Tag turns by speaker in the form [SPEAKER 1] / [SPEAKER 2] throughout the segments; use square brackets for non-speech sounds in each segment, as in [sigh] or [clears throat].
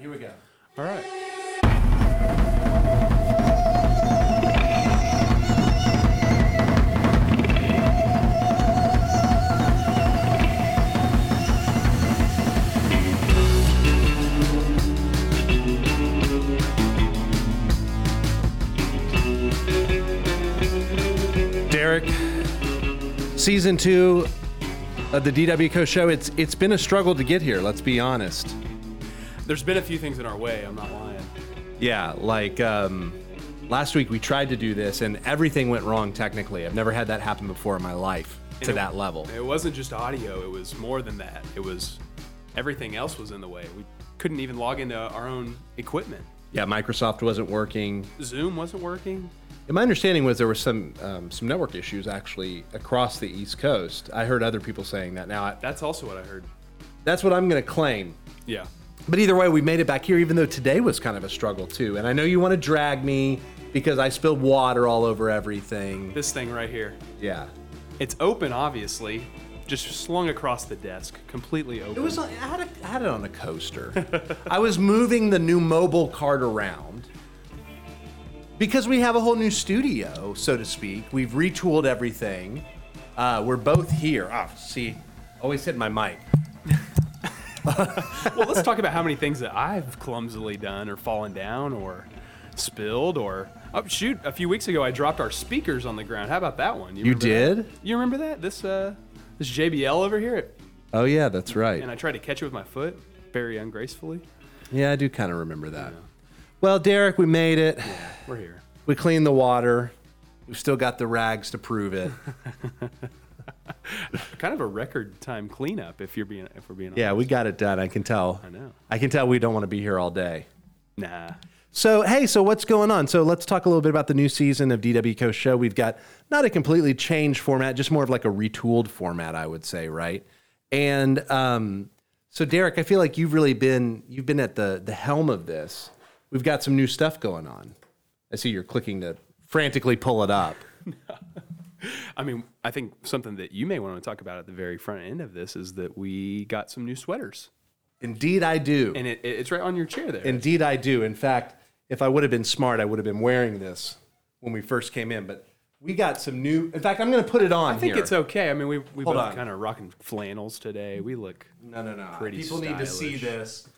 [SPEAKER 1] here we go.
[SPEAKER 2] All right. Derek, season two of the DW Co show. It's it's been a struggle to get here. Let's be honest.
[SPEAKER 1] There's been a few things in our way. I'm not lying.
[SPEAKER 2] Yeah, like um, last week we tried to do this and everything went wrong technically. I've never had that happen before in my life to
[SPEAKER 1] it-
[SPEAKER 2] that level.
[SPEAKER 1] It wasn't just audio. It was more than that. It was everything else was in the way. We couldn't even log into our own equipment.
[SPEAKER 2] Yeah, Microsoft wasn't working.
[SPEAKER 1] Zoom wasn't working.
[SPEAKER 2] And my understanding was there were some um, some network issues actually across the East Coast. I heard other people saying that. Now I,
[SPEAKER 1] That's also what I heard.
[SPEAKER 2] that's what I'm going to claim.
[SPEAKER 1] Yeah.
[SPEAKER 2] But either way, we made it back here, even though today was kind of a struggle too. And I know you want to drag me because I spilled water all over everything.
[SPEAKER 1] This thing right here.
[SPEAKER 2] Yeah.
[SPEAKER 1] It's open, obviously. Just slung across the desk, completely open.
[SPEAKER 2] It was. on- I had, a, I had it on a coaster. I was moving the new mobile cart around because we have a whole new studio, so to speak. We've retooled everything. Uh, we're both here. Ah, see, always hit my mic.
[SPEAKER 1] well, let's talk about how many things that I've clumsily done or fallen down or spilled or oh shoot, a few weeks ago I dropped our speakers on the ground. How about that one?
[SPEAKER 2] You
[SPEAKER 1] remember that?
[SPEAKER 2] did?
[SPEAKER 1] You remember that? This uh this JBL over here it-
[SPEAKER 2] Oh yeah, that's
[SPEAKER 1] and
[SPEAKER 2] right.
[SPEAKER 1] I tried to catch it with my foot very ungracefully.
[SPEAKER 2] Yeah, I do kind of remember that. Well, Derek, we made it.
[SPEAKER 1] We're here.
[SPEAKER 2] We cleaned the water. We've still got the rags to prove [laughs] it.
[SPEAKER 1] Kind of a record time cleanup if you're being if we're being
[SPEAKER 2] Yeah, we got it done. I can tell. I
[SPEAKER 1] know.
[SPEAKER 2] I can tell we don't want to be here all day.
[SPEAKER 1] honest. Nah.
[SPEAKER 2] So, hey, so what's going on? So, let's talk a little bit about the new season of DW Coast Show. We've got not a completely changed format, just more of like a retooled format, I would say, right? And um, so, Derek, I feel like you've really been you've been at the the helm of this. We've got some new stuff going on. I see you're clicking to frantically pull it up.
[SPEAKER 1] I mean, I think something that you may want to talk about at the very front end of this is that we got some new sweaters.
[SPEAKER 2] Indeed, I do.
[SPEAKER 1] And it, it's right on your chair there.
[SPEAKER 2] Indeed, I do. In fact, if I would have been smart, I would have been wearing this when we first came in. But we got some new. In fact, I'm going to put it on.
[SPEAKER 1] I think
[SPEAKER 2] here.
[SPEAKER 1] it's okay. I mean, we we
[SPEAKER 2] Hold
[SPEAKER 1] both
[SPEAKER 2] on.
[SPEAKER 1] kind of rocking flannels today. We look
[SPEAKER 2] No, no, no.
[SPEAKER 1] Pretty
[SPEAKER 2] People need to see
[SPEAKER 1] stylish.
[SPEAKER 2] this.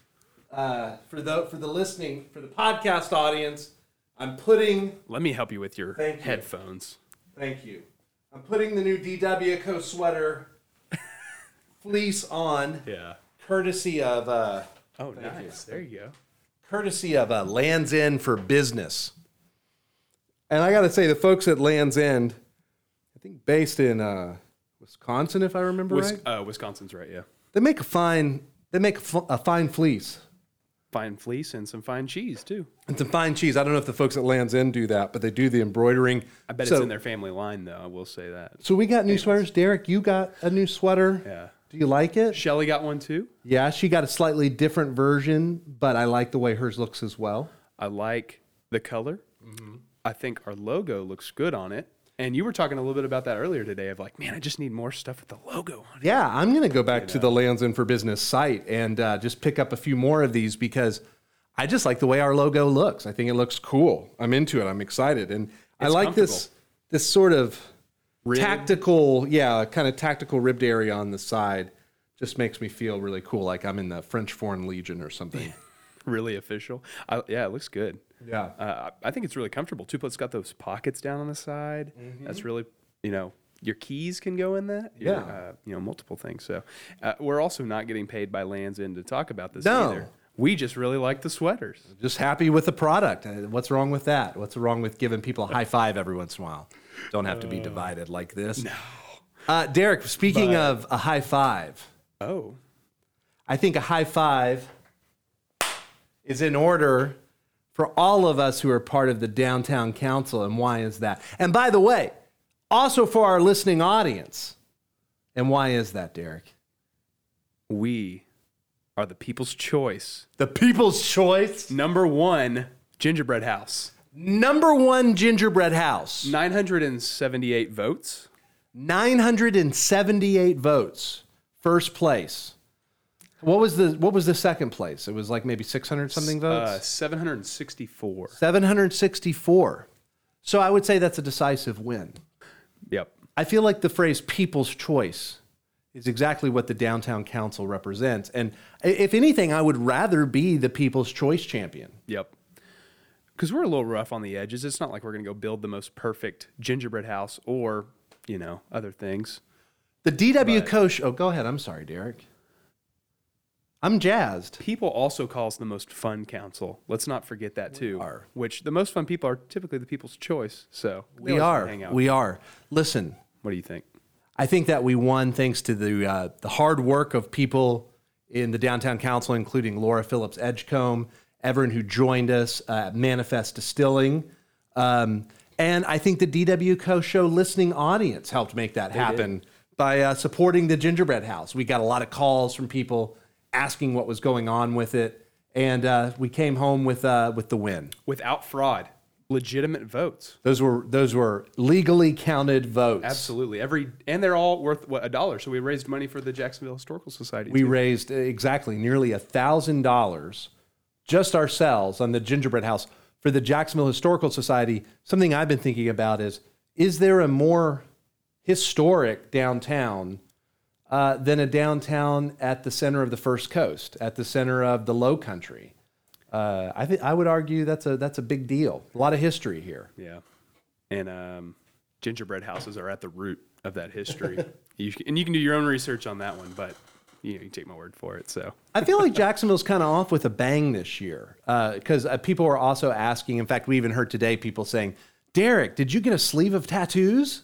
[SPEAKER 2] Uh, for the for the listening for the podcast audience, I'm putting.
[SPEAKER 1] Let me help you with your
[SPEAKER 2] Thank you.
[SPEAKER 1] headphones.
[SPEAKER 2] Thank you. I'm putting the new DW Co
[SPEAKER 1] [laughs]
[SPEAKER 2] sweater fleece on,
[SPEAKER 1] Yeah.
[SPEAKER 2] courtesy of uh,
[SPEAKER 1] Oh, nice. There you go.
[SPEAKER 2] courtesy of uh, Lands End for Business. And I got to say, the folks at Lands End, I think based in uh, Wisconsin, if I remember
[SPEAKER 1] Wis-
[SPEAKER 2] right,
[SPEAKER 1] uh, Wisconsin's right, yeah.
[SPEAKER 2] they make a fine they make a, f- a fine fleece.
[SPEAKER 1] Fine fleece and some fine cheese too.
[SPEAKER 2] and some fine cheese. I don't know if the folks at Land's End do that, but they do the embroidering.
[SPEAKER 1] I bet
[SPEAKER 2] so,
[SPEAKER 1] it's in their family line though. I will say that.
[SPEAKER 2] So we got new sweaters. Derek, you got a new sweater.
[SPEAKER 1] Yeah.
[SPEAKER 2] Do you like it?
[SPEAKER 1] Shelly got one too.
[SPEAKER 2] Yeah, she got a slightly different version, but I like the way hers looks as well.
[SPEAKER 1] I like the color. I think our logo looks good on it. And you were talking a little bit about that earlier today of like, man, I just need more stuff with the logo on it.
[SPEAKER 2] Yeah, I'm going to go back to the Lands End for Business site and uh, just pick up a few more of these because I just like the way our logo looks. I think it looks cool. I'm into it. I'm excited, and I like this this sort of tactical, yeah, kind of tactical ribbed area on the side. Just makes me feel really cool, like I'm in the French Foreign Legion or something.
[SPEAKER 1] Really official. I, yeah, it looks good.
[SPEAKER 2] yeah,
[SPEAKER 1] uh, I think it's really comfortable too. Plus, it's got those pockets down on the side. That's really, you know, your keys can go in that. your,
[SPEAKER 2] Mm-hmm. Yeah.
[SPEAKER 1] uh, you know, multiple things. So, uh, we're also not getting paid by Lands End to talk about this
[SPEAKER 2] No.
[SPEAKER 1] either. We just really like the sweaters.
[SPEAKER 2] just happy with the product. Uh, What's wrong with that? What's wrong with giving people a high five every once in a while? Don't have to be divided like this. Uh, No. Uh, Derek, speaking of a high five.
[SPEAKER 1] Oh,
[SPEAKER 2] I think a high five is in order for all of us who are part of the downtown council. And why is that? And by the way, also for our listening audience. And why is that, Derek?
[SPEAKER 1] we are the people's choice.
[SPEAKER 2] The people's choice.
[SPEAKER 1] Number one, Gingerbread House.
[SPEAKER 2] Number one gingerbread house.
[SPEAKER 1] 978 votes.
[SPEAKER 2] 978 votes. First place. What was the what was the second place? It was like maybe 600 something votes.
[SPEAKER 1] Uh, 764.
[SPEAKER 2] 764. So I would say that's a decisive win.
[SPEAKER 1] Yep.
[SPEAKER 2] I feel like the phrase people's choice is exactly what the downtown council represents. And i- if anything, I would rather be the people's choice champion.
[SPEAKER 1] Yep. Because we're a little rough on the edges. It's not like we're going to go build the most perfect gingerbread house or, you know, other things.
[SPEAKER 2] The DW
[SPEAKER 1] Right.
[SPEAKER 2] Koch. Oh, go ahead. I'm sorry, Derek. I'm jazzed.
[SPEAKER 1] People also call us the most fun council. Let's not forget that, too.
[SPEAKER 2] are.
[SPEAKER 1] Which the most fun people are typically the people's choice. So
[SPEAKER 2] We
[SPEAKER 1] they always
[SPEAKER 2] are.
[SPEAKER 1] Hang out.
[SPEAKER 2] We are. Listen,
[SPEAKER 1] what do you think?
[SPEAKER 2] I think that we won thanks to the uh, the hard work of people in the downtown council, including Laura Phillips Edgecombe, everyone who joined us uh, at Manifest Distilling, um, and I think the DW Co Show listening audience helped make that happen by uh, supporting the Gingerbread House. We got a lot of calls from people asking what was going on with it, and uh, we came home with uh, with the win.
[SPEAKER 1] Without fraud, legitimate votes.
[SPEAKER 2] Those were those were legally counted votes.
[SPEAKER 1] Absolutely. Every and they're all worth what a dollar. So we raised money for the Jacksonville Historical Society.
[SPEAKER 2] we raised uh, exactly nearly a thousand dollars just ourselves on the gingerbread house for the Jacksonville Historical Society. Something I've been thinking about is is there a more historic downtown uh, than a downtown at the center of the First Coast, at the center of the Low Country? Uh, I think I would argue that's a that's a big deal. A lot of history here.
[SPEAKER 1] Yeah. And um, gingerbread houses are at the root of that history. you, c- and you can do your own research on that one, but you know, you take my word for it. So
[SPEAKER 2] I feel like Jacksonville's kind of off with a bang this year because uh, people are also asking. In fact, we even heard today people saying, "Derek, did you get a sleeve of tattoos?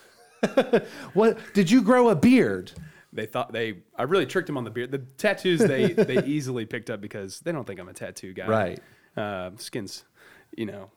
[SPEAKER 2] [laughs] what did you grow a beard?"
[SPEAKER 1] they thought they, I really tricked them on the beard. The tattoos they, they easily picked up because they don't think I'm a tattoo guy.
[SPEAKER 2] Right.
[SPEAKER 1] Uh, skins, you know,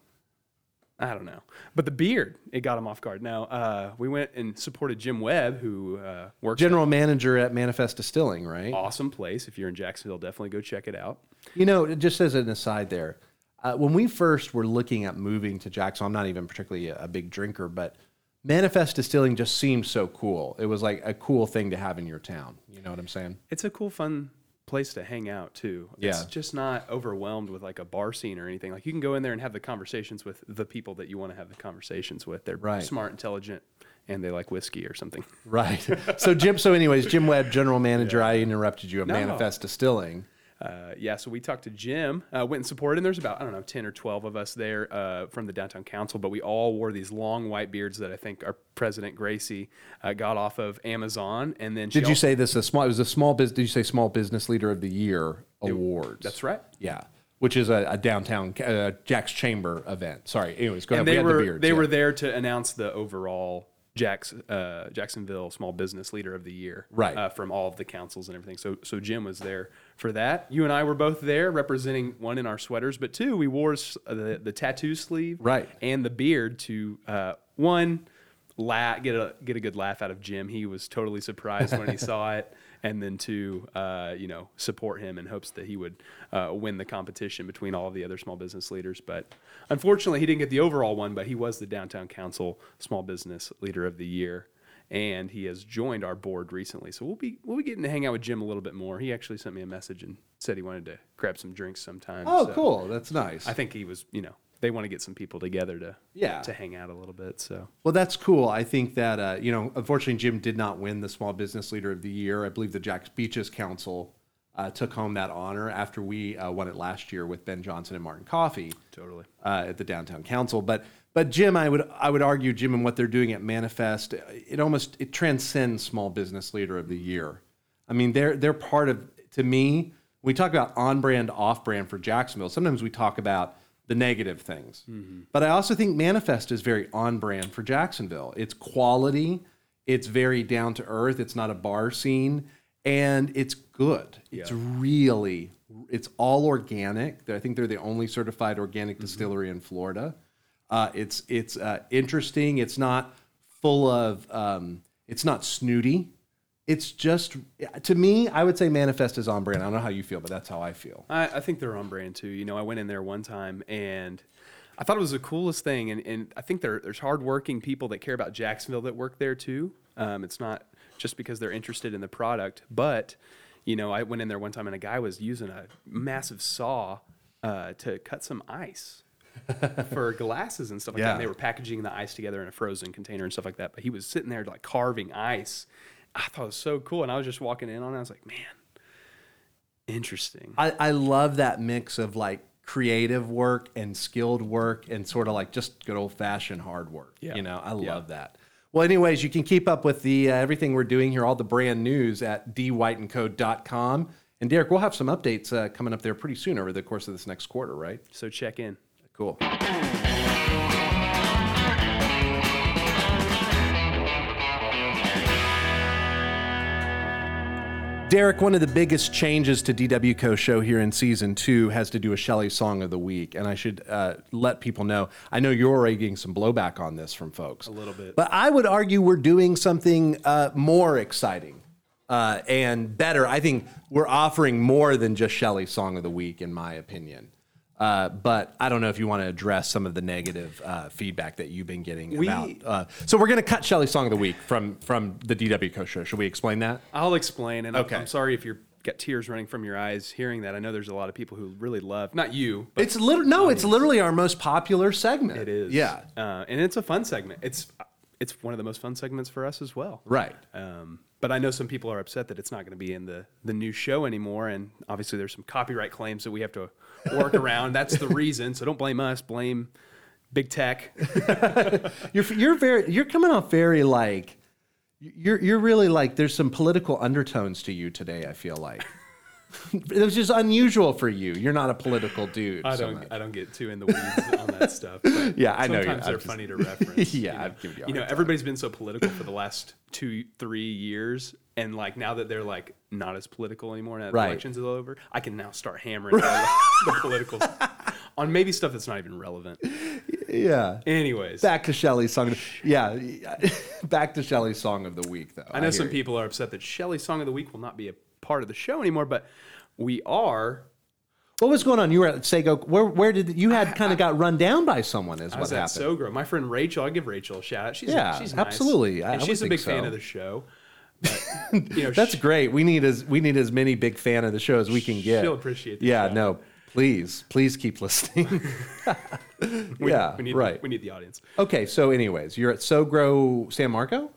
[SPEAKER 1] I don't know. But the beard, it got them off guard. Now, uh, we went and supported Jim Webb, who uh, works at
[SPEAKER 2] General manager at Manifest Distilling, right?
[SPEAKER 1] an awesome place. If you're in Jacksonville, definitely go check it out.
[SPEAKER 2] You know, just as an aside there, uh, when we first were looking at moving to Jackson, I'm not even particularly a, a big drinker, but Manifest Distilling just seemed so cool. It was like a cool thing to have in your town. You know what I'm saying?
[SPEAKER 1] it's a cool, fun place to hang out too. It's
[SPEAKER 2] Yeah.
[SPEAKER 1] just not overwhelmed with like a bar scene or anything. Like you can go in there and have the conversations with the people that you want to have the conversations with. They're
[SPEAKER 2] Right.
[SPEAKER 1] smart, intelligent, and they like whiskey or something.
[SPEAKER 2] Right. So Jim. So, anyways, Jim Webb, general manager. I interrupted you at
[SPEAKER 1] No.
[SPEAKER 2] Manifest Distilling.
[SPEAKER 1] Uh, yeah, so we talked to Jim, uh, went and supported. And there's about I don't know ten or twelve of us there uh, from the downtown council, but we all wore these long white beards that I think our president Gracie uh, got off of Amazon, and then she
[SPEAKER 2] Did
[SPEAKER 1] al-
[SPEAKER 2] you say this? A small. It was a small business. Did you say small business leader of the year awards?
[SPEAKER 1] that's right?
[SPEAKER 2] Yeah. Which is a, a downtown uh, Jack's Chamber event. Sorry. Anyways, go
[SPEAKER 1] and
[SPEAKER 2] ahead.
[SPEAKER 1] they
[SPEAKER 2] we had
[SPEAKER 1] were
[SPEAKER 2] the beards.
[SPEAKER 1] they
[SPEAKER 2] yeah.
[SPEAKER 1] were there to announce the overall Jacks, uh, Jacksonville Small Business Leader of the Year,
[SPEAKER 2] Right.
[SPEAKER 1] Uh, from all of the councils and everything. So so Jim was there for that. You and I were both there, representing one in our sweaters, but two we wore s- uh, the the tattoo sleeve,
[SPEAKER 2] Right.
[SPEAKER 1] and the beard to uh, one la- get a get a good laugh out of Jim. He was totally surprised when he saw it. And then to uh, you know support him in hopes that he would uh, win the competition between all of the other small business leaders, but unfortunately he didn't get the overall one. But he was the downtown council small business leader of the year, and he has joined our board recently. So we'll be we'll be getting to hang out with Jim a little bit more. He actually sent me a message and said he wanted to grab some drinks sometime.
[SPEAKER 2] Oh,
[SPEAKER 1] so-
[SPEAKER 2] cool. That's nice.
[SPEAKER 1] I think he was, you know, they want to get some people together to
[SPEAKER 2] Yeah.
[SPEAKER 1] to hang out a little bit. So
[SPEAKER 2] Well, that's cool. I think that uh, you know, unfortunately, Jim did not win the Small Business Leader of the Year. I believe the Jack's Beaches Council uh, took home that honor after we uh, won it last year with Ben Johnson and Martin Coffee.
[SPEAKER 1] Totally.
[SPEAKER 2] uh, at the downtown council. But but Jim, I would I would argue Jim and what they're doing at Manifest, it almost it transcends Small Business Leader of the Year. I mean, they're they're part of to me. We talk about on brand, off brand for Jacksonville. Sometimes we talk about the negative things, but I also think Manifest is very on brand for Jacksonville. It's quality. It's very down to earth. It's not a bar scene, and it's good. It's really it's all organic. I think they're the only certified organic distillery in Florida. Uh, it's it's uh, interesting. It's not full of um, it's not snooty. It's just to me, I would say Manifest is on brand. I don't know how you feel, but that's how I feel.
[SPEAKER 1] I, I think they're on brand too. You know, I went in there one time and I thought it was the coolest thing. And, and I think there, there's hardworking people that care about Jacksonville that work there too. Um, it's not just because they're interested in the product, but You know, I went in there one time and a guy was using a massive saw uh, to cut some ice for glasses and stuff like that.
[SPEAKER 2] Yeah.
[SPEAKER 1] And they were packaging the ice together in a frozen container and stuff like that. But he was sitting there like carving ice. I thought it was so cool. And I was just walking in on it. I was like, man, interesting.
[SPEAKER 2] I, I love that mix of like creative work and skilled work and sort of like just good old fashioned hard work.
[SPEAKER 1] Yeah.
[SPEAKER 2] You know, I
[SPEAKER 1] Yeah.
[SPEAKER 2] love that. Well, anyways, you can keep up with the uh, everything we're doing here, all the brand news at dwiteandco.com. And Derek, we'll have some updates uh, coming up there pretty soon over the course of this next quarter, right?
[SPEAKER 1] So check in.
[SPEAKER 2] Cool. Derek, one of the biggest changes to DW Co show here in season two has to do with Shelley's song of the week, and I should uh, let people know. I know you're already getting some blowback on this from folks, a
[SPEAKER 1] little bit.
[SPEAKER 2] but I would argue we're doing something uh, more exciting uh, and better. I think we're offering more than just Shelley's song of the week, in my opinion. Uh, but I don't know if you want to address some of the negative uh, feedback that you've been getting about. Uh, so we're going to cut Shelley's song of the week from from the DW Co show. Should we explain that?
[SPEAKER 1] I'll explain. And I'm-
[SPEAKER 2] Okay.
[SPEAKER 1] I'm sorry if you're got tears running from your eyes hearing that. I know there's a lot of people who really love, not you, but
[SPEAKER 2] It's liter- no, it's literally our most popular segment.
[SPEAKER 1] It is.
[SPEAKER 2] Yeah.
[SPEAKER 1] Uh, and it's a fun segment. It's it's one of the most fun segments for us as well.
[SPEAKER 2] Right.
[SPEAKER 1] Um, but I know some people are upset that it's not going to be in the the new show anymore, and obviously there's some copyright claims that we have to
[SPEAKER 2] [laughs]
[SPEAKER 1] work around. That's the reason. So don't blame us. Blame big tech.
[SPEAKER 2] You're you're very you're coming off very like you're you're really like there's some political undertones to you today, I feel
[SPEAKER 1] [laughs]
[SPEAKER 2] like. it was just unusual for you. You're not a political dude.
[SPEAKER 1] I
[SPEAKER 2] so
[SPEAKER 1] don't
[SPEAKER 2] much.
[SPEAKER 1] I don't get too in the weeds on that stuff.
[SPEAKER 2] [laughs]
[SPEAKER 1] but
[SPEAKER 2] Yeah, I know you-
[SPEAKER 1] Sometimes
[SPEAKER 2] I'm
[SPEAKER 1] they're
[SPEAKER 2] just- [laughs]
[SPEAKER 1] funny to reference.
[SPEAKER 2] Yeah,
[SPEAKER 1] you know,
[SPEAKER 2] I've given you a
[SPEAKER 1] You know,
[SPEAKER 2] hard
[SPEAKER 1] everybody's been so political for the last two three years, and like now that they're like not as political anymore, now that the
[SPEAKER 2] Right.
[SPEAKER 1] elections are over, I can now start hammering all the political on maybe stuff that's not even relevant.
[SPEAKER 2] Yeah.
[SPEAKER 1] Anyways,
[SPEAKER 2] Back to Shelley's song. Yeah. [laughs] Back to Shelley's song of the week though.
[SPEAKER 1] I know some
[SPEAKER 2] hear you.
[SPEAKER 1] people are upset that Shelley's song of the week will not be a part of the show anymore, but we are.
[SPEAKER 2] What was going on? You were at Sego. Where where did you had kind of got run down by someone is
[SPEAKER 1] I
[SPEAKER 2] what
[SPEAKER 1] was at
[SPEAKER 2] happened.
[SPEAKER 1] Sogro. My friend Rachel, I give Rachel a shout out. She's
[SPEAKER 2] Yeah,
[SPEAKER 1] she's nice.
[SPEAKER 2] absolutely. I-
[SPEAKER 1] and
[SPEAKER 2] I
[SPEAKER 1] she's
[SPEAKER 2] would
[SPEAKER 1] a big
[SPEAKER 2] think
[SPEAKER 1] fan
[SPEAKER 2] so.
[SPEAKER 1] of the show.
[SPEAKER 2] [laughs]
[SPEAKER 1] But, you know,
[SPEAKER 2] That's
[SPEAKER 1] she-
[SPEAKER 2] great. We need as we need as many big fan of the show as we can get.
[SPEAKER 1] She'll appreciate the
[SPEAKER 2] Yeah,
[SPEAKER 1] show.
[SPEAKER 2] no, please, please keep listening.
[SPEAKER 1] [laughs] we,
[SPEAKER 2] yeah,
[SPEAKER 1] we need
[SPEAKER 2] Ah, right.
[SPEAKER 1] we need the audience.
[SPEAKER 2] okay, so anyways, you're at Sogro San Marco.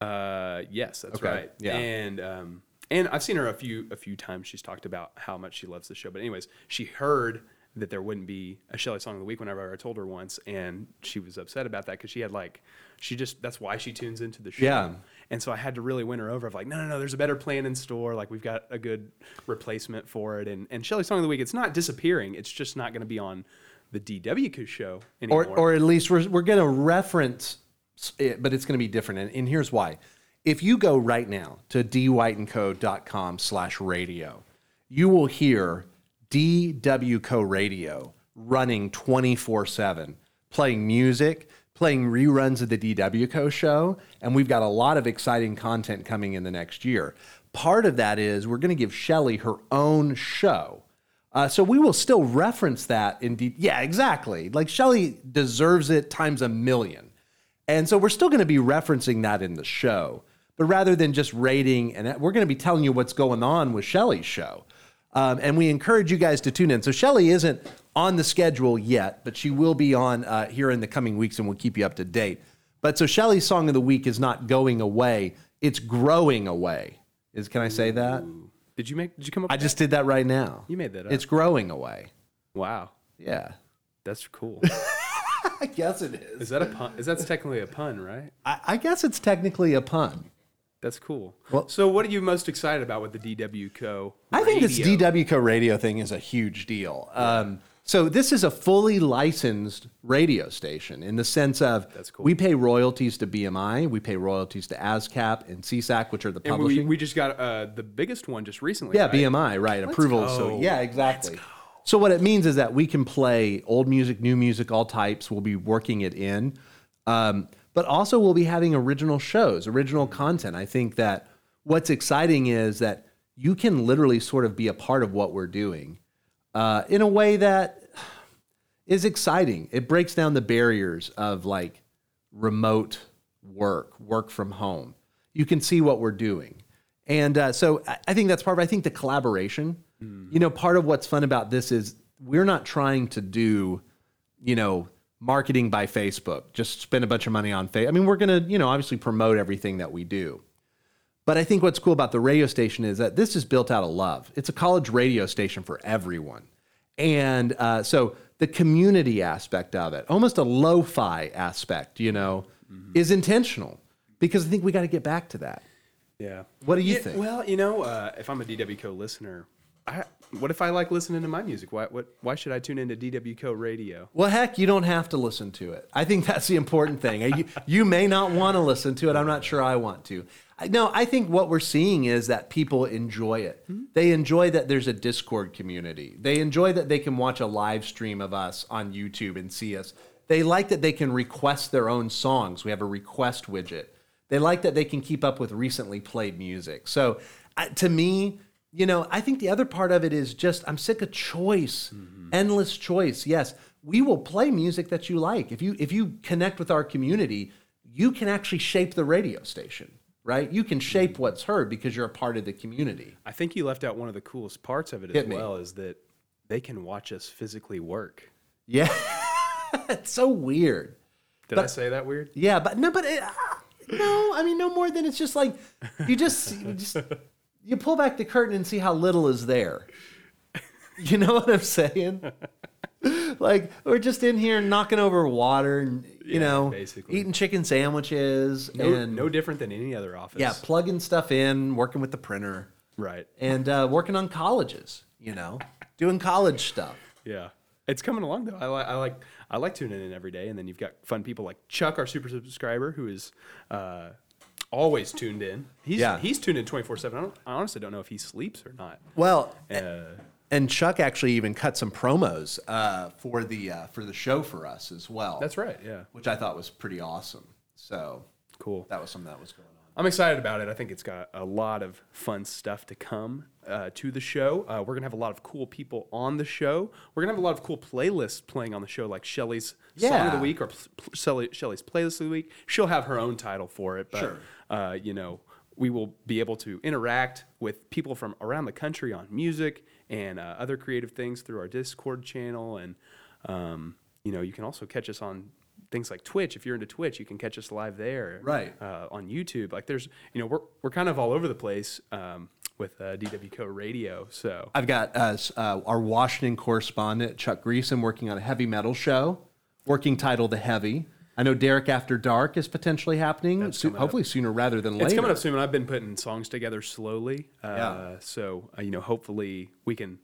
[SPEAKER 1] Uh, yes, that's
[SPEAKER 2] Okay,
[SPEAKER 1] right.
[SPEAKER 2] yeah.
[SPEAKER 1] and um, and I've seen her a few a few times. She's talked about how much she loves the show. But anyways, she heard that there wouldn't be a Shelley song of the week whenever I told her once, and she was upset about that because she had like she just that's why she tunes into the show.
[SPEAKER 2] Yeah.
[SPEAKER 1] And so I had to really win her over of like, no, no, no, there's a better plan in store. Like we've got a good replacement for it. And and Shelley song of the week, it's not disappearing. It's just not going to be on the DW show anymore.
[SPEAKER 2] or, or at least we're, we're going to reference it, but it's going to be different. And, and here's why. If you go right now to dwiteandco.com slash radio, you will hear DW Co Radio running 24 7, playing music, playing reruns of the DW Co show. And we've got a lot of exciting content coming in the next year. Part of that is we're going to give Shelly her own show. Uh, so we will still reference that in de- yeah exactly like Shelley deserves it times a million and so we're still going to be referencing that in the show but rather than just rating and that- we're going to be telling you what's going on with Shelley's show um, and we encourage you guys to tune in so Shelley isn't on the schedule yet but she will be on uh, here in the coming weeks and we'll keep you up to date but so Shelley's song of the week is not going away it's growing away is can I say that
[SPEAKER 1] did you make? Did you come up?
[SPEAKER 2] I
[SPEAKER 1] with
[SPEAKER 2] just did that right now
[SPEAKER 1] that? you made that up.
[SPEAKER 2] it's growing away
[SPEAKER 1] wow, [laughs]
[SPEAKER 2] yeah.
[SPEAKER 1] that's cool.
[SPEAKER 2] I guess it is.
[SPEAKER 1] Is that a pun? Is that's technically a pun, right?
[SPEAKER 2] I, I guess it's technically a pun.
[SPEAKER 1] That's cool.
[SPEAKER 2] Well-
[SPEAKER 1] so what are you most excited about with the DW Co?
[SPEAKER 2] I think this
[SPEAKER 1] radio?
[SPEAKER 2] DW Co radio thing is a huge deal. Um, so this is a fully licensed radio station in the sense of
[SPEAKER 1] That's cool.
[SPEAKER 2] we pay royalties to BMI, we pay royalties to ASCAP and CSAC, which are the
[SPEAKER 1] And
[SPEAKER 2] publishing.
[SPEAKER 1] we, we just got uh, the biggest one just recently.
[SPEAKER 2] Yeah,
[SPEAKER 1] right?
[SPEAKER 2] BMI, right? Approval. So
[SPEAKER 1] go.
[SPEAKER 2] yeah, exactly. So what it means is that we can play old music, new music, all types. We'll be working it in, um, but also we'll be having original shows,
[SPEAKER 1] Mm.
[SPEAKER 2] original content. I think that what's exciting is that you can literally sort of be a part of what we're doing uh, in a way that is exciting. It breaks down the barriers of like remote work, work from home. You can see what we're doing. And uh, so I- I think that's part of it. I think the collaboration, you know, part of what's fun about this is we're not trying to do, you know, marketing by Facebook, just spend a bunch of money on Facebook. I mean, we're going to, you know, obviously promote everything that we do. But I think what's cool about the radio station is that this is built out of love. It's a college radio station for everyone. And uh, so the community aspect of it, almost a lo fi aspect, you know, is intentional because I think we got to get back to that.
[SPEAKER 1] Yeah.
[SPEAKER 2] What do you
[SPEAKER 1] Yeah,
[SPEAKER 2] think?
[SPEAKER 1] Well, you know, uh, if I'm a DW Co listener, I, what if I like listening to my music? Why, what, why should I tune into DW Co radio?
[SPEAKER 2] Well, heck, you don't have to listen to it. I think that's the important thing. you, you may not want to listen to it. I'm not sure I want to. I, no, I think what we're seeing is that people enjoy it. They enjoy that there's a Discord community. They enjoy that they can watch a live stream of us on YouTube and see us. They like that they can request their own songs. We have a request widget. They like that they can keep up with recently played music. So, I, to me, you know, I think the other part of it is just I'm sick of choice, endless choice. Yes, we will play music that you like. If you if you connect with our community, you can actually shape the radio station, right? You can shape what's heard because you're a part of the community.
[SPEAKER 1] I think you left out one of the coolest parts of it as
[SPEAKER 2] Hit me.
[SPEAKER 1] well is that they can watch us physically work.
[SPEAKER 2] Yeah. [laughs] it's so weird.
[SPEAKER 1] Did I say that weird?
[SPEAKER 2] Yeah, but no, but it, ah, no, I mean no more than it's just like you just you just you pull back the curtain and see how little is there. You know what I'm saying? Like we're just in here knocking over water and you know
[SPEAKER 1] basically.
[SPEAKER 2] eating chicken sandwiches
[SPEAKER 1] No,
[SPEAKER 2] and
[SPEAKER 1] no different than any other office.
[SPEAKER 2] yeah, plugging stuff in, working with the printer
[SPEAKER 1] Right.
[SPEAKER 2] and uh, working on colleges, you know, doing college stuff.
[SPEAKER 1] Yeah. It's coming along though. I, li- I like I like tuning in every day, and then you've got fun people like Chuck, our super subscriber, who is uh, always tuned in. He's
[SPEAKER 2] Yeah.
[SPEAKER 1] he's tuned in twenty four seven. I honestly don't know if he sleeps or not.
[SPEAKER 2] Well,
[SPEAKER 1] Uh,
[SPEAKER 2] and Chuck actually even cut some promos uh, for the uh, for the show for us as well.
[SPEAKER 1] that's right. Yeah,
[SPEAKER 2] which I thought was pretty awesome. So
[SPEAKER 1] cool.
[SPEAKER 2] that was something that was going on.
[SPEAKER 1] I'm excited about it. I think it's got a lot of fun stuff to come uh, to the show. Uh, we're gonna have a lot of cool people on the show. We're gonna have a lot of cool playlists playing on the show, like Shelly's song of the
[SPEAKER 2] Yeah.
[SPEAKER 1] week or pl- Shelly, Shelly's playlist of the week. She'll have her own title for it, but
[SPEAKER 2] Sure.
[SPEAKER 1] uh, you know we will be able to interact with people from around the country on music and uh, other creative things through our Discord channel, and um, you know you can also catch us on things like Twitch. If you're into Twitch, you can catch us live there
[SPEAKER 2] Right.
[SPEAKER 1] uh, on YouTube. Like there's, you know, we're, we're kind of all over the place um, with uh, DW Co Radio. So
[SPEAKER 2] I've got uh, s- uh, our Washington correspondent Chuck Greason working on a heavy metal show, working title "The Heavy." I know Derek After Dark is potentially happening, so- hopefully sooner rather than later.
[SPEAKER 1] it's coming up soon, and I've been putting songs together slowly. Uh,
[SPEAKER 2] Yeah.
[SPEAKER 1] So uh, you know, hopefully we can,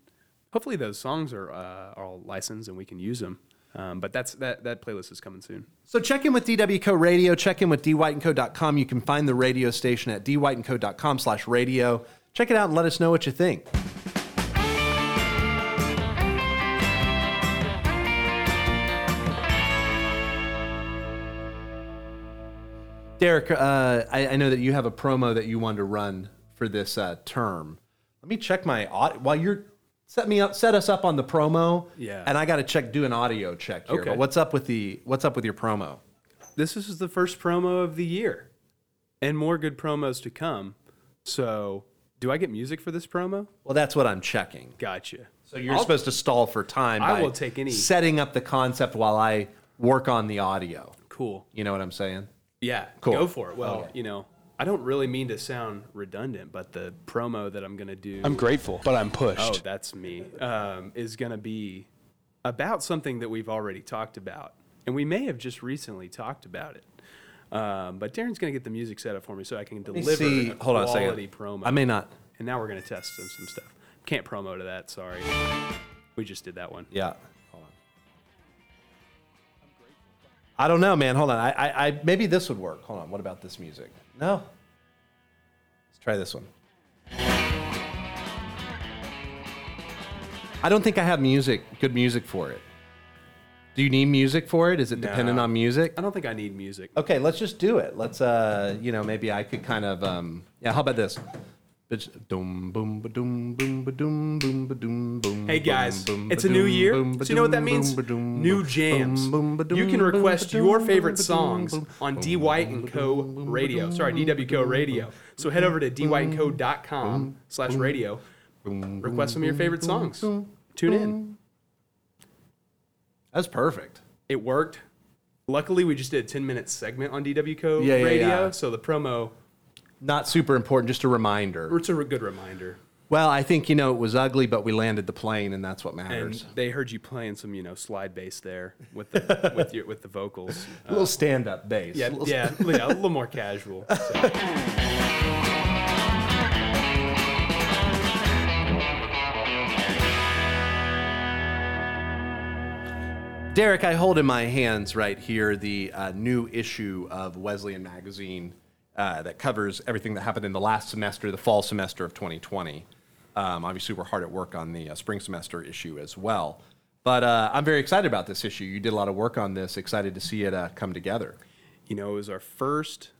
[SPEAKER 1] hopefully those songs are, uh, are all licensed and we can use them. Um, but that's that that playlist is coming soon.
[SPEAKER 2] So check in with DW Co Radio, check in with dwhiteandco.com. You can find the radio station at dwhiteandco.com slash radio. Check it out and let us know what you think. Derek, uh, I, I know that you have a promo that you wanted to run for this uh, term. Let me check my audio while you're set me up, set us up on the promo.
[SPEAKER 1] Yeah.
[SPEAKER 2] and I got to check, do an audio check here.
[SPEAKER 1] Okay.
[SPEAKER 2] But what's up with the what's up with your promo?
[SPEAKER 1] This is the first promo of the year, and more good promos to come. So do I get music for this promo?
[SPEAKER 2] Well, that's what I'm checking.
[SPEAKER 1] Gotcha.
[SPEAKER 2] So you're
[SPEAKER 1] I'll-
[SPEAKER 2] supposed to stall for time.
[SPEAKER 1] I
[SPEAKER 2] by
[SPEAKER 1] will take any-
[SPEAKER 2] setting up the concept while I work on the audio.
[SPEAKER 1] Cool.
[SPEAKER 2] You know what I'm saying?
[SPEAKER 1] Yeah,
[SPEAKER 2] Cool.
[SPEAKER 1] go for it. Well,
[SPEAKER 2] Okay.
[SPEAKER 1] you know, I don't really mean to sound redundant, but the promo that I'm gonna do,
[SPEAKER 3] grateful, but I'm pushed.
[SPEAKER 1] oh, that's me, um, is gonna be about something that we've already talked about, and we may have just recently talked about it. Um, but Darren's gonna get the music set up for me so I can
[SPEAKER 2] Let me
[SPEAKER 1] deliver
[SPEAKER 2] see.
[SPEAKER 1] a
[SPEAKER 2] Hold on a
[SPEAKER 1] quality
[SPEAKER 2] second.
[SPEAKER 1] promo.
[SPEAKER 2] I may not.
[SPEAKER 1] and now we're gonna test some some stuff. Can't promo to that. Sorry, we just did that one.
[SPEAKER 2] Yeah. Hold on. I don't know, man. Hold on. I, I, I maybe this would work. Hold on. What about this music? No. Let's try this one. I don't think I have music, good music for it. Do you need music for it? Is it dependent on music?
[SPEAKER 1] I don't think I need music.
[SPEAKER 2] Okay, let's just do it. Let's, uh, you know, maybe I could kind of, um, yeah. How about this? It's doom boom ba doom boom ba doom boom ba doom boom.
[SPEAKER 1] Hey
[SPEAKER 2] boom,
[SPEAKER 1] guys,
[SPEAKER 2] boom,
[SPEAKER 1] it's a
[SPEAKER 2] ba-doom,
[SPEAKER 1] new year.
[SPEAKER 2] boom,
[SPEAKER 1] So you know what that
[SPEAKER 2] ba-doom,
[SPEAKER 1] means?
[SPEAKER 2] boom, ba-doom,
[SPEAKER 1] New
[SPEAKER 2] boom,
[SPEAKER 1] jams.
[SPEAKER 2] boom, ba-doom,
[SPEAKER 1] You can
[SPEAKER 2] boom,
[SPEAKER 1] request
[SPEAKER 2] ba-doom,
[SPEAKER 1] your
[SPEAKER 2] boom,
[SPEAKER 1] favorite
[SPEAKER 2] ba-doom,
[SPEAKER 1] songs
[SPEAKER 2] boom.
[SPEAKER 1] on D White and Co Radio. Sorry, DW Co Radio. So head over to dwhiteandco.com slash radio. Request some of your favorite songs. Tune in.
[SPEAKER 2] That's perfect.
[SPEAKER 1] It worked. Luckily, we just did a 10 minute segment on DW Co
[SPEAKER 2] Yeah, yeah,
[SPEAKER 1] Radio.
[SPEAKER 2] yeah.
[SPEAKER 1] So the promo,
[SPEAKER 2] Not super important, just a reminder.
[SPEAKER 1] it's a good reminder.
[SPEAKER 2] Well, I think you know it was ugly, but we landed the plane, and that's what
[SPEAKER 1] And
[SPEAKER 2] matters.
[SPEAKER 1] they heard you playing some, you know, slide bass there with the with your with
[SPEAKER 2] [laughs]
[SPEAKER 1] the vocals.
[SPEAKER 2] a little stand-up bass.
[SPEAKER 1] Yeah,
[SPEAKER 2] A little-
[SPEAKER 1] yeah, yeah, a little more casual. so.
[SPEAKER 2] Derek, I hold in my hands right here the uh, new issue of Wesleyan Magazine uh, that covers everything that happened in the last semester, the fall semester of 2020. Um, obviously, we're hard at work on the uh, spring semester issue as well. But uh, I'm very excited about this issue. You did a lot of work on this. Excited to see it uh, come together.
[SPEAKER 1] you know, it was our first.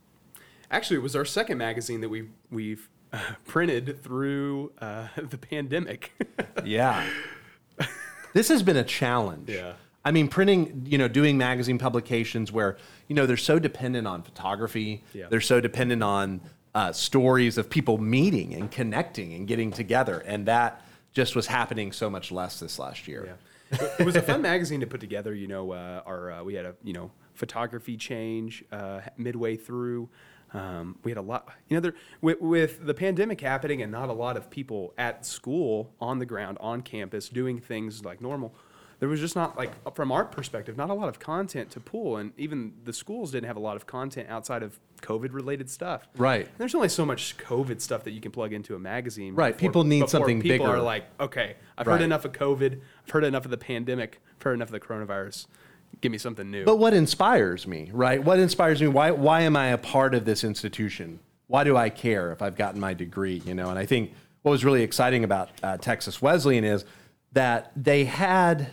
[SPEAKER 1] Actually, it was our second magazine that we we've [laughs] uh, printed through uh, [laughs] the pandemic. [laughs]
[SPEAKER 2] Yeah. this has been a challenge.
[SPEAKER 1] Yeah.
[SPEAKER 2] I mean, printing, you know, doing magazine publications where, you know, they're so dependent on photography.
[SPEAKER 1] Yeah.
[SPEAKER 2] They're so dependent on uh, stories of people meeting and connecting and getting together. And that just was happening so much less this last year.
[SPEAKER 1] yeah, it, it was a fun [laughs] magazine to put together. You know, uh, our uh, we had a you know photography change uh, midway through. Um, we had a lot, you know, there, with, with the pandemic happening and not a lot of people at school, on the ground, on campus, doing things like normal. There was just not like from our perspective, not a lot of content to pull, and even the schools didn't have a lot of content outside of COVID-related stuff.
[SPEAKER 2] Right.
[SPEAKER 1] And there's only so much COVID stuff that you can plug into a magazine.
[SPEAKER 2] Right, people need
[SPEAKER 1] before
[SPEAKER 2] something
[SPEAKER 1] people
[SPEAKER 2] bigger.
[SPEAKER 1] Are like, okay, I've
[SPEAKER 2] Right.
[SPEAKER 1] heard enough of COVID. I've heard enough of the pandemic. I've heard enough of the coronavirus. Give me something new.
[SPEAKER 2] But what inspires me, right? What inspires me? Why, why am I a part of this institution? Why do I care if I've gotten my degree? You know, and I think what was really exciting about uh, Texas Wesleyan is that they had,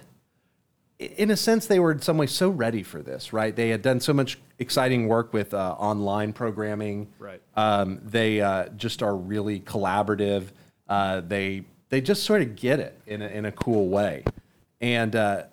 [SPEAKER 2] i- in a sense, they were in some way so ready for this, right? They had done so much exciting work with uh, online programming.
[SPEAKER 1] Right.
[SPEAKER 2] Um, they uh, just are really collaborative. Uh, they they just sort of get it in a, in a cool way, and uh,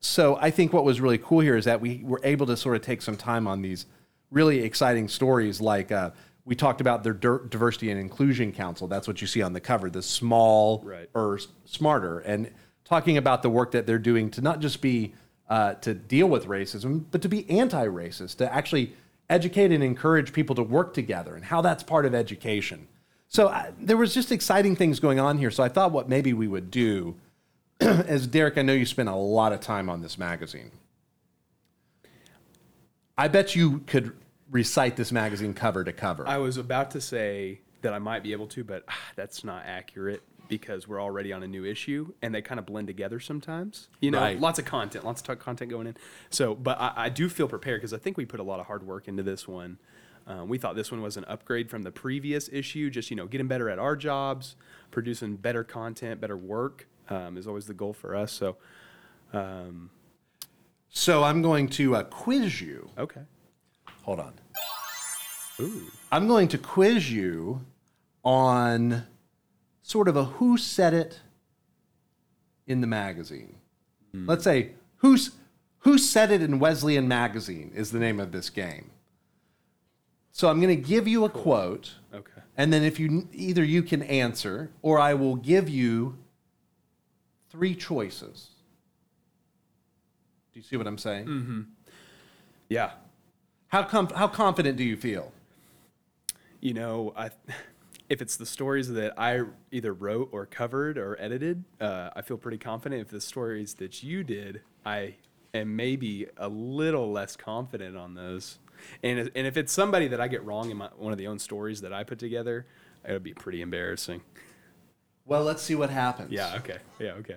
[SPEAKER 2] so I think what was really cool here is that we were able to sort of take some time on these really exciting stories. Like uh, we talked about their dir- diversity and inclusion council. That's what you see on the cover, the small
[SPEAKER 1] Right.
[SPEAKER 2] or s- smarter, and talking about the work that they're doing to not just be uh, to deal with racism, but to be anti-racist, to actually educate and encourage people to work together, and how that's part of education. So I, there was just exciting things going on here. So I thought what maybe we would do, [clears throat] as Derek, I know you spent a lot of time on this magazine. I bet you could recite this magazine cover to cover.
[SPEAKER 1] I was about to say that I might be able to, but ah, that's not accurate because we're already on a new issue and they kind of blend together sometimes. You know,
[SPEAKER 2] Right.
[SPEAKER 1] lots of content, lots of t- content going in. So, but I, I do feel prepared because I think we put a lot of hard work into this one. Um, we thought this one was an upgrade from the previous issue, just, you know, getting better at our jobs, producing better content, better work um, is always the goal for us. So,
[SPEAKER 2] so I'm going to uh, quiz you.
[SPEAKER 1] okay.
[SPEAKER 2] Hold on.
[SPEAKER 1] Ooh.
[SPEAKER 2] I'm going to quiz you on sort of a who said it in the magazine. Let's say who's who said it in Wesleyan magazine is the name of this game. So I'm going to give you a quote
[SPEAKER 1] Okay.
[SPEAKER 2] and then if you either you can answer or I will give you three choices. Do you see what I'm saying?
[SPEAKER 1] Mm-hmm. Yeah.
[SPEAKER 2] How com- how confident do you feel?
[SPEAKER 1] you know, I, [laughs] if it's the stories that I either wrote or covered or edited, uh, I feel pretty confident. If the stories that you did, I am maybe a little less confident on those. And if- and if it's somebody that I get wrong in my, one of the own stories that I put together, it would be pretty embarrassing.
[SPEAKER 2] Well, let's see what happens.
[SPEAKER 1] Yeah. Okay. Yeah. Okay.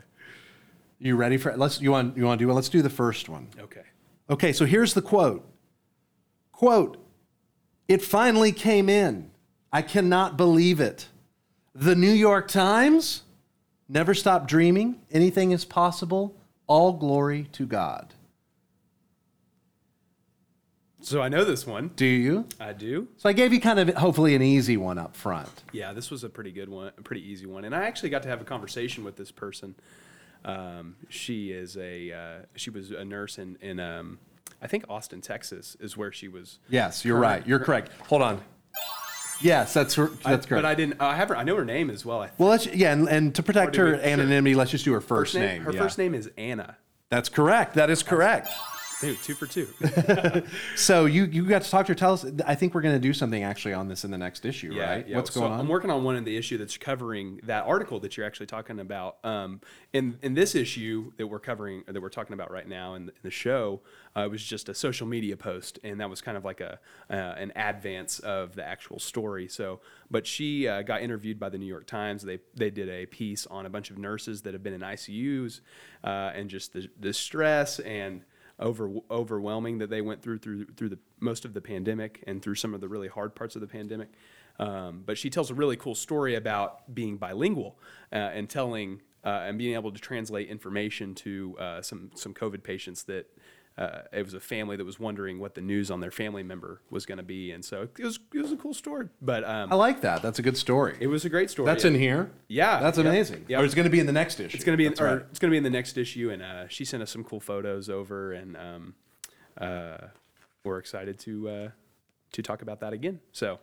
[SPEAKER 2] You ready for let's you want you want to do it? Let's do the first one.
[SPEAKER 1] Okay.
[SPEAKER 2] Okay, so here's the quote. Quote, it finally came in. I cannot believe it. The New York Times never stop dreaming. Anything is possible. All glory to God.
[SPEAKER 1] So I know this one.
[SPEAKER 2] Do you?
[SPEAKER 1] I do.
[SPEAKER 2] So I gave you kind of hopefully an easy one up front.
[SPEAKER 1] Yeah, this was a pretty good one, a pretty easy one. And I actually got to have a conversation with this person. Um, she is a uh, she was a nurse in in um, I think Austin, Texas, is where she was.
[SPEAKER 2] Yes, you're right. You're correct. Hold on. Yes, that's her, that's
[SPEAKER 1] But
[SPEAKER 2] correct.
[SPEAKER 1] I didn't. I have her. I know her name as well. I think.
[SPEAKER 2] well, let's yeah, and, and to protect
[SPEAKER 1] do
[SPEAKER 2] her
[SPEAKER 1] we- sure.
[SPEAKER 2] anonymity, let's just do her first, name.
[SPEAKER 1] Her
[SPEAKER 2] yeah.
[SPEAKER 1] first name is Anna.
[SPEAKER 2] That's correct. That is correct.
[SPEAKER 1] Dude, two for two.
[SPEAKER 2] So you you got to talk to her. Tell us. I think we're going to do something actually on this in the next issue,
[SPEAKER 1] Yeah,
[SPEAKER 2] right?
[SPEAKER 1] yeah.
[SPEAKER 2] What's going
[SPEAKER 1] so
[SPEAKER 2] on?
[SPEAKER 1] I'm working on one in the issue that's covering that article that you're actually talking about. Um, in in this issue that we're covering that we're talking about right now in the, in the show, uh, it was just a social media post, and that was kind of like a uh, an advance of the actual story. So, but she uh, got interviewed by the New York Times. They they did a piece on a bunch of nurses that have been in ICUs uh, and just the, the stress and over, overwhelming that they went through through through the most of the pandemic and through some of the really hard parts of the pandemic. Um, but she tells a really cool story about being bilingual uh, and telling uh, and being able to translate information to uh, some some COVID patients that. Uh, it was a family that was wondering what the news on their family member was going to be, and so it was it was a cool story. But um,
[SPEAKER 2] I like that. That's a good story.
[SPEAKER 1] it was a great story.
[SPEAKER 2] that's in here.
[SPEAKER 1] Yeah,
[SPEAKER 2] that's
[SPEAKER 1] yeah,
[SPEAKER 2] amazing.
[SPEAKER 1] yeah.
[SPEAKER 2] Or it's going to be in the next issue.
[SPEAKER 1] It's gonna be in, or it's gonna be in the next issue, and uh, she sent us some cool photos over, and um, uh, we're excited to uh, to talk about that again. So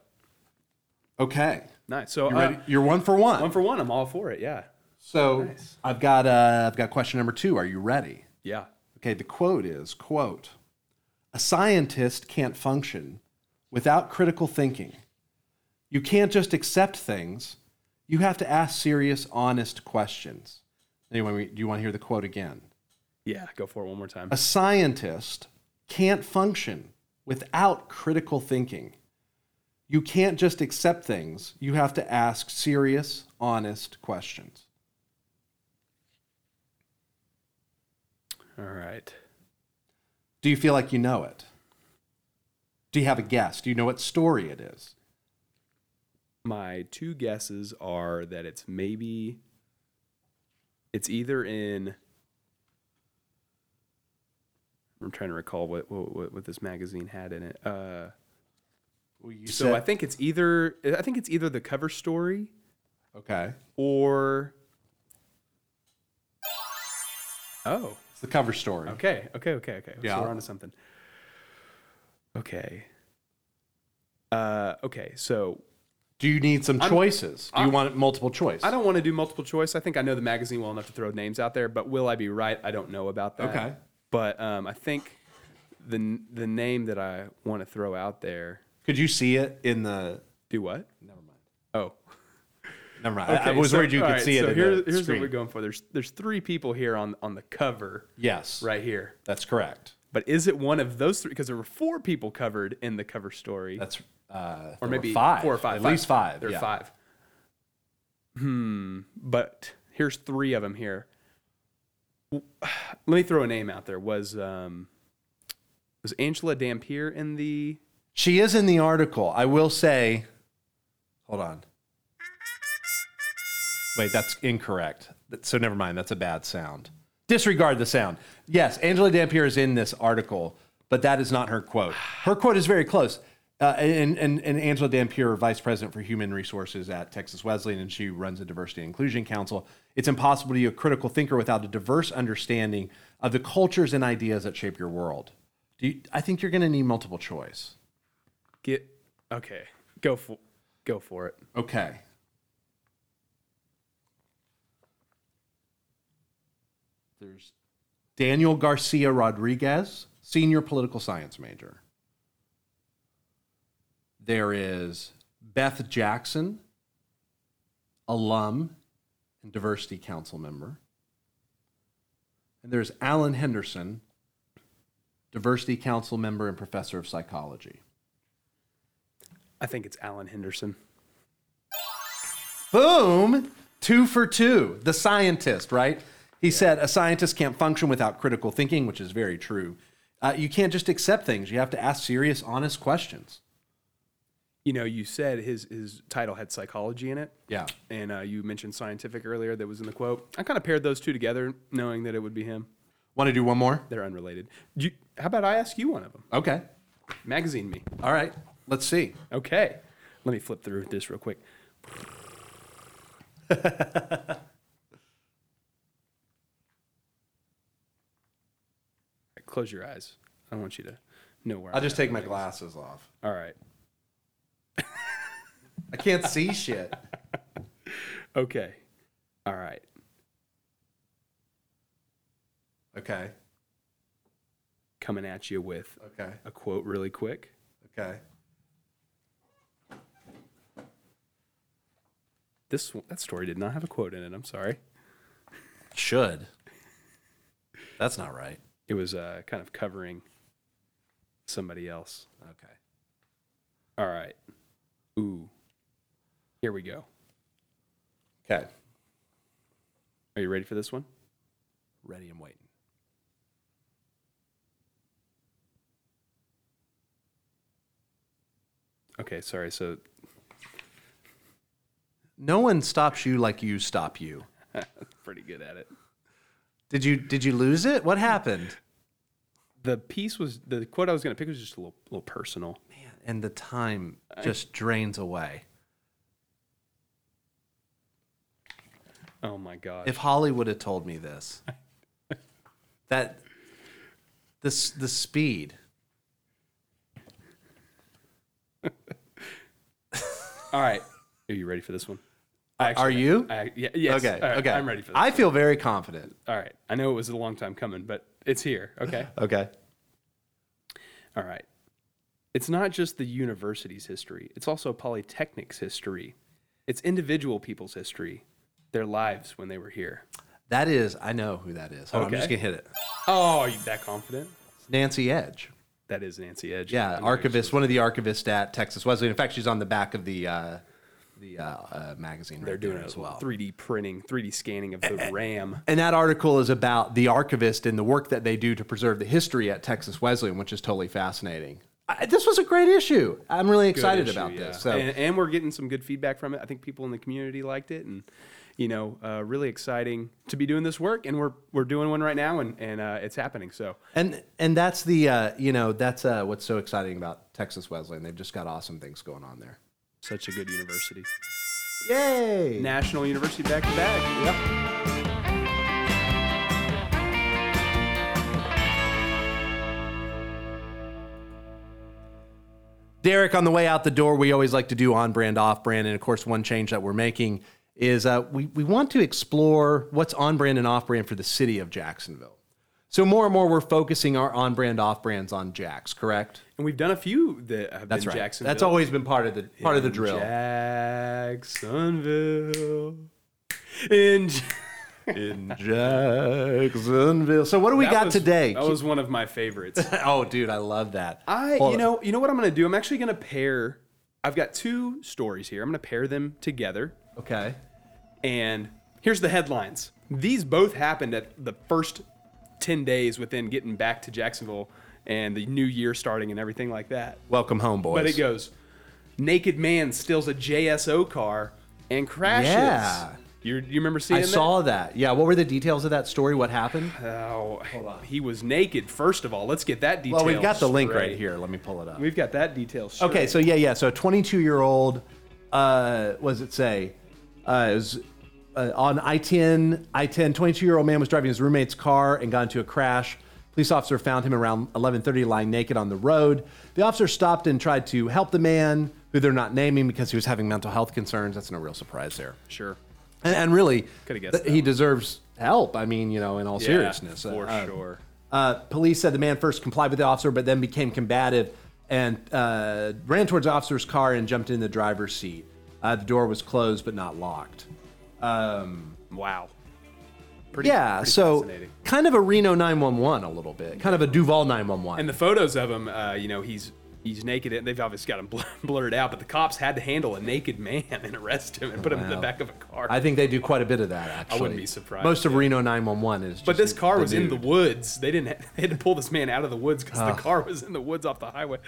[SPEAKER 2] okay.
[SPEAKER 1] nice. So
[SPEAKER 2] You
[SPEAKER 1] uh,
[SPEAKER 2] ready? You're one for one.
[SPEAKER 1] one for one, I'm all for it. Yeah,
[SPEAKER 2] so I've got uh, I've got question number two. Are you ready?
[SPEAKER 1] yeah.
[SPEAKER 2] Okay. The quote is quote A scientist can't function without critical thinking. You can't just accept things. You have to ask serious, honest questions. Anyway, do you want to hear the quote again?
[SPEAKER 1] Yeah, go for it one more time.
[SPEAKER 2] A scientist can't function without critical thinking. You can't just accept things, you have to ask serious, honest questions.
[SPEAKER 1] All right.
[SPEAKER 2] Do you feel like you know it? Do you have a guess? Do you know what story it is?
[SPEAKER 1] My two guesses are that it's maybe it's either in. I'm trying to recall what what, what this magazine had in it. Uh, so I think it's either I think it's either the cover story
[SPEAKER 2] okay.
[SPEAKER 1] or oh
[SPEAKER 2] It's the cover story.
[SPEAKER 1] okay okay okay okay
[SPEAKER 2] Yeah.
[SPEAKER 1] so we're on to something okay uh okay so
[SPEAKER 2] Do you need some
[SPEAKER 1] I'm-
[SPEAKER 2] choices? Do you want multiple choice?
[SPEAKER 1] i don't want to do multiple choice i think i know the magazine well enough to throw names out there but will i be right i don't know about that
[SPEAKER 2] Okay.
[SPEAKER 1] but um i think the n- the name that i want to throw out there
[SPEAKER 2] Could you see it in the?
[SPEAKER 1] do what
[SPEAKER 2] Never mind.
[SPEAKER 1] oh
[SPEAKER 2] Never mind. I- I was
[SPEAKER 1] so-
[SPEAKER 2] worried you
[SPEAKER 1] all
[SPEAKER 2] could
[SPEAKER 1] right,
[SPEAKER 2] see it.
[SPEAKER 1] so
[SPEAKER 2] in
[SPEAKER 1] here-
[SPEAKER 2] the
[SPEAKER 1] here's
[SPEAKER 2] screen.
[SPEAKER 1] what we're going for there's there's three people here on on the cover
[SPEAKER 2] Yes.
[SPEAKER 1] right here
[SPEAKER 2] That's correct.
[SPEAKER 1] But is it one of those three? Because there were four people covered in the cover story,
[SPEAKER 2] That's uh,
[SPEAKER 1] or
[SPEAKER 2] there were
[SPEAKER 1] maybe
[SPEAKER 2] five,
[SPEAKER 1] four or five,
[SPEAKER 2] at least five.
[SPEAKER 1] There are
[SPEAKER 2] yeah.
[SPEAKER 1] five. Hmm. But here's three of them here. W- [sighs] Let me throw a name out there. Was um, was Angela Dampier in the?
[SPEAKER 2] She is in the article. I will say, hold on. Wait, that's incorrect. That- So never mind. That's a bad sound. Disregard the sound. Yes, Angela Dampier is in this article, but that is not her quote. Her quote is very close. Uh, and, and, and Angela Dampier, Vice President for Human Resources at Texas Wesleyan, and she runs a diversity and inclusion council. It's impossible to be a critical thinker without a diverse understanding of the cultures and ideas that shape your world. Do you, I think you're going to need multiple choice.
[SPEAKER 1] Get okay. Go for go for it.
[SPEAKER 2] Okay. There's Daniel Garcia Rodriguez, senior political science major. There is Beth Jackson, alum and diversity council member. And there's Alan Henderson, diversity council member and professor of psychology.
[SPEAKER 1] I think it's Alan Henderson.
[SPEAKER 2] Boom! Two for two. The scientist, right? He said a scientist can't function without critical thinking, which is very true. Uh, you can't just accept things. You have to ask serious, honest questions.
[SPEAKER 1] You know, you said his his title had psychology in it.
[SPEAKER 2] Yeah.
[SPEAKER 1] And uh, you mentioned scientific earlier that was in the quote. I kind of paired those two together, knowing that it would be him.
[SPEAKER 2] Want to do one more?
[SPEAKER 1] They're unrelated. Do you, how about I ask you one of them?
[SPEAKER 2] Okay.
[SPEAKER 1] Magazine me.
[SPEAKER 2] All right, let's see.
[SPEAKER 1] Okay. Let me flip through this real quick. [laughs] Close your eyes. I don't want you to know where
[SPEAKER 2] I'll
[SPEAKER 1] I'm
[SPEAKER 2] just
[SPEAKER 1] at.
[SPEAKER 2] take my glasses off.
[SPEAKER 1] All right.
[SPEAKER 2] I can't see [laughs] shit.
[SPEAKER 1] Okay. All right.
[SPEAKER 2] Okay.
[SPEAKER 1] Coming at you with
[SPEAKER 2] Okay.
[SPEAKER 1] a quote really quick.
[SPEAKER 2] Okay.
[SPEAKER 1] This that story did not have a quote in it. I'm sorry.
[SPEAKER 3] Should. That's not right.
[SPEAKER 1] It was uh, kind of covering somebody else.
[SPEAKER 3] Okay.
[SPEAKER 1] All right. Ooh. Here we go.
[SPEAKER 2] Okay.
[SPEAKER 1] Are you ready for this one?
[SPEAKER 3] Ready and waiting.
[SPEAKER 1] Okay, sorry. So [laughs]
[SPEAKER 2] No one stops you like you stop you.
[SPEAKER 1] pretty good at it.
[SPEAKER 2] Did you did you lose it? What happened?
[SPEAKER 1] The piece was the quote I was going to pick was just a little, little personal.
[SPEAKER 2] Man, and the time just drains away.
[SPEAKER 1] Oh my god.
[SPEAKER 2] If Holly would have told me
[SPEAKER 1] [laughs]
[SPEAKER 2] this, that this the speed.
[SPEAKER 1] All right. Are you ready for this one? I
[SPEAKER 2] Are you?
[SPEAKER 1] I, yeah, yes.
[SPEAKER 2] Okay.
[SPEAKER 1] All right,
[SPEAKER 2] okay.
[SPEAKER 1] I'm ready for this.
[SPEAKER 2] I feel very confident.
[SPEAKER 1] All right. I know it was a long time coming, but it's here. Okay.
[SPEAKER 2] Okay.
[SPEAKER 1] All right. It's not just the university's history, it's also Polytechnic's history. It's individual people's history, their lives when they were here.
[SPEAKER 2] That is, I know who that is. Hold on, I'm just
[SPEAKER 1] Okay.
[SPEAKER 2] gonna hit it.
[SPEAKER 1] Oh, are you that confident?
[SPEAKER 2] It's Nancy Edge.
[SPEAKER 1] That is Nancy Edge. I
[SPEAKER 2] Yeah,
[SPEAKER 1] knew it was
[SPEAKER 2] archivist, one of the archivists at Texas Wesleyan. In fact, she's on the back of the uh, the uh, uh, magazine.
[SPEAKER 1] They're
[SPEAKER 2] right
[SPEAKER 1] doing
[SPEAKER 2] there
[SPEAKER 1] a
[SPEAKER 2] as well.
[SPEAKER 1] 3D printing, 3D scanning of
[SPEAKER 2] [laughs]
[SPEAKER 1] the RAM.
[SPEAKER 2] And that article is about the archivist and the work that they do to preserve the history at Texas Wesleyan, which is totally fascinating. I, this was a great issue. I'm really excited
[SPEAKER 1] issue,
[SPEAKER 2] about
[SPEAKER 1] yeah.
[SPEAKER 2] this. So
[SPEAKER 1] And, and we're getting some good feedback from it. I think people in the community liked it, and you know, uh, really exciting to be doing this work. And we're we're doing one right now, and and uh, it's happening. So
[SPEAKER 2] and and that's the uh, you know that's uh, what's so exciting about Texas Wesleyan. They've just got awesome things going on there.
[SPEAKER 1] such a good university,
[SPEAKER 2] Yay!
[SPEAKER 1] national university back to back.
[SPEAKER 2] Yep. Derek, on the way out the door, we always like to do on brand, off brand. And of course, one change that we're making is uh, we, we want to explore what's on brand and off brand for the city of Jacksonville. So, more and more, we're focusing our on brand, off brands on Jax, correct?
[SPEAKER 1] And we've done a few that have
[SPEAKER 2] That's
[SPEAKER 1] been
[SPEAKER 2] right.
[SPEAKER 1] Jacksonville.
[SPEAKER 2] That's always been part of the part of the drill.
[SPEAKER 1] Jacksonville. In Ja-
[SPEAKER 2] [laughs] In Jacksonville. So, what do [laughs] we
[SPEAKER 1] That
[SPEAKER 2] got
[SPEAKER 1] was-
[SPEAKER 2] today?
[SPEAKER 1] That was one of my favorites.
[SPEAKER 2] [laughs] oh, dude, I love that.
[SPEAKER 1] I
[SPEAKER 2] Hold
[SPEAKER 1] you
[SPEAKER 2] on.
[SPEAKER 1] know you know what I'm gonna do. I'm actually gonna pair. I've got two stories here. I'm gonna pair them together.
[SPEAKER 2] Okay.
[SPEAKER 1] And here's the headlines. These both happened at the first 10 days within getting back to Jacksonville and the new year starting and everything like that.
[SPEAKER 2] Welcome home, boys.
[SPEAKER 1] But it goes Naked man steals a JSO car and crashes.
[SPEAKER 2] Yeah.
[SPEAKER 1] You, you remember seeing
[SPEAKER 2] I
[SPEAKER 1] that?
[SPEAKER 2] saw that. Yeah. What were the details of that story? What happened?
[SPEAKER 1] Oh, he was naked, first of all. Let's get that detail.
[SPEAKER 2] Well, Oh, we've got the link
[SPEAKER 1] straight.
[SPEAKER 2] right here. Let me pull it up.
[SPEAKER 1] We've got that detail. Straight.
[SPEAKER 2] Okay. So yeah, yeah. So a 22 year old, uh, what does it say? Uh, it was, uh, on I-10, I-10, 22 year old man was driving his roommate's car and got into a crash. Police officer found him around 11:30 lying naked on the road. The officer stopped and tried to help the man, who they're not naming because he was having mental health concerns. That's no real surprise there.
[SPEAKER 1] Sure.
[SPEAKER 2] And, and really,
[SPEAKER 1] Coulda guessed
[SPEAKER 2] th-
[SPEAKER 1] that
[SPEAKER 2] he
[SPEAKER 1] one.
[SPEAKER 2] deserves help. I mean, you know, in all
[SPEAKER 1] Yeah,
[SPEAKER 2] seriousness.
[SPEAKER 1] For
[SPEAKER 2] Uh,
[SPEAKER 1] sure.
[SPEAKER 2] Uh, police said the man first complied with the officer, but then became combative and uh, ran towards the officer's car and jumped in the driver's seat. Uh, the door was closed but not locked.
[SPEAKER 1] Wow. Pretty,
[SPEAKER 2] yeah,
[SPEAKER 1] pretty
[SPEAKER 2] so
[SPEAKER 1] fascinating.
[SPEAKER 2] kind of a Reno 911 a little bit, kind of a Duval 911.
[SPEAKER 1] And the photos of him, uh, you know, he's he's naked, and they've obviously got him [laughs] bl- blurred out. But the cops had to handle a naked man [laughs] and arrest him and put him in the
[SPEAKER 2] Wow.
[SPEAKER 1] back of a car.
[SPEAKER 2] I think they do quite a bit of that. Actually,
[SPEAKER 1] wouldn't be surprised,
[SPEAKER 2] Most of Reno 911 is. Just
[SPEAKER 1] but this car was in the
[SPEAKER 2] dude.
[SPEAKER 1] woods. They didn't. ha- [laughs] They had to pull this man out of the woods because the car was in the woods off the highway.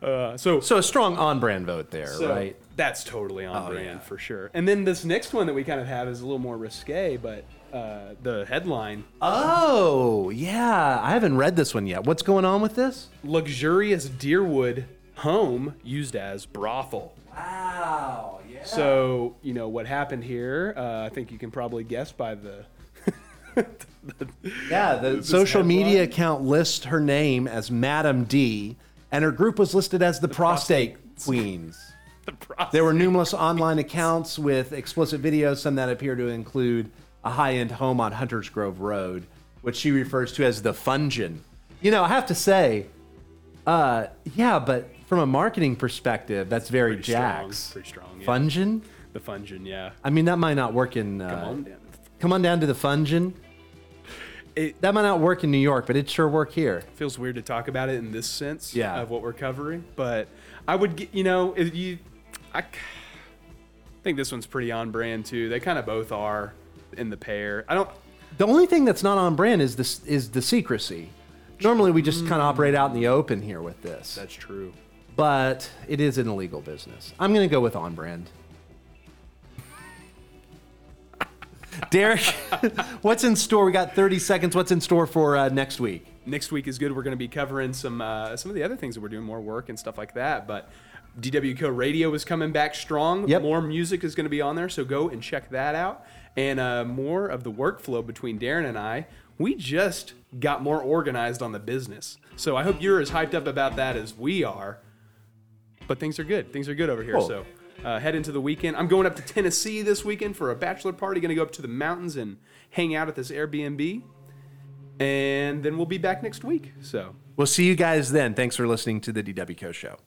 [SPEAKER 1] Uh, so,
[SPEAKER 2] So a strong on-brand vote there,
[SPEAKER 1] so
[SPEAKER 2] right? Oh,
[SPEAKER 1] that's totally on brand
[SPEAKER 2] yeah.
[SPEAKER 1] for sure. And then this next one that we kind of have is a little more risque, but uh, the headline
[SPEAKER 2] Oh, yeah. I haven't read this one yet. What's going on with this?
[SPEAKER 1] luxurious Deerwood home used as brothel.
[SPEAKER 2] Wow. Yeah.
[SPEAKER 1] So, you know, what happened here, uh, I think you can probably guess by the. [laughs]
[SPEAKER 2] Yeah, the social media account lists her name as Madam D, and her group was listed as the, prostate, queens.
[SPEAKER 1] [laughs] the brothel.
[SPEAKER 2] There were numerous online accounts with explicit videos, some that appear to include a high-end home on Hunters Grove Road, which she refers to as the Fungeon. You know, I have to say, uh, yeah, but from a marketing perspective, that's very
[SPEAKER 1] Pretty strong,
[SPEAKER 2] Jack's.
[SPEAKER 1] pretty strong, yeah.
[SPEAKER 2] Fungeon?
[SPEAKER 1] The Fungeon, yeah.
[SPEAKER 2] I mean, that might not work in. Uh,
[SPEAKER 1] Come on down.
[SPEAKER 2] come on down to the Fungeon.
[SPEAKER 1] It-
[SPEAKER 2] that might not work in New York, but it sure work here.
[SPEAKER 1] feels weird to talk about it in this sense
[SPEAKER 2] Yeah.
[SPEAKER 1] of what we're covering, but I would get, you know, if you, I c- think this one's pretty on brand too. They kind of both are in the pair. I don't,
[SPEAKER 2] The only thing that's not on brand is this is the secrecy. Normally, we just kind of operate out in the open here with this,
[SPEAKER 1] that's true.
[SPEAKER 2] but it is an illegal business. I'm going to go with on brand. [laughs] Derek, [laughs] what's in store? We got 30 seconds. What's in store for uh, next week?
[SPEAKER 1] next week is good. We're going to be covering some uh, some of the other things that we're doing, more work and stuff like that. But DWCO Radio is coming back strong.
[SPEAKER 2] Yep.
[SPEAKER 1] More music is going to be on there, so go and check that out. And uh, more of the workflow between Darren and I. We just got more organized on the business, so I hope you're as hyped up about that as we are. But things are good. Things are good over here.
[SPEAKER 2] Cool.
[SPEAKER 1] So uh, head into the weekend. I'm going up to Tennessee this weekend for a bachelor party. Going to go up to the mountains and hang out at this Airbnb and then we'll be back next week. So
[SPEAKER 2] We'll see you guys then. Thanks for listening to the DWCO show.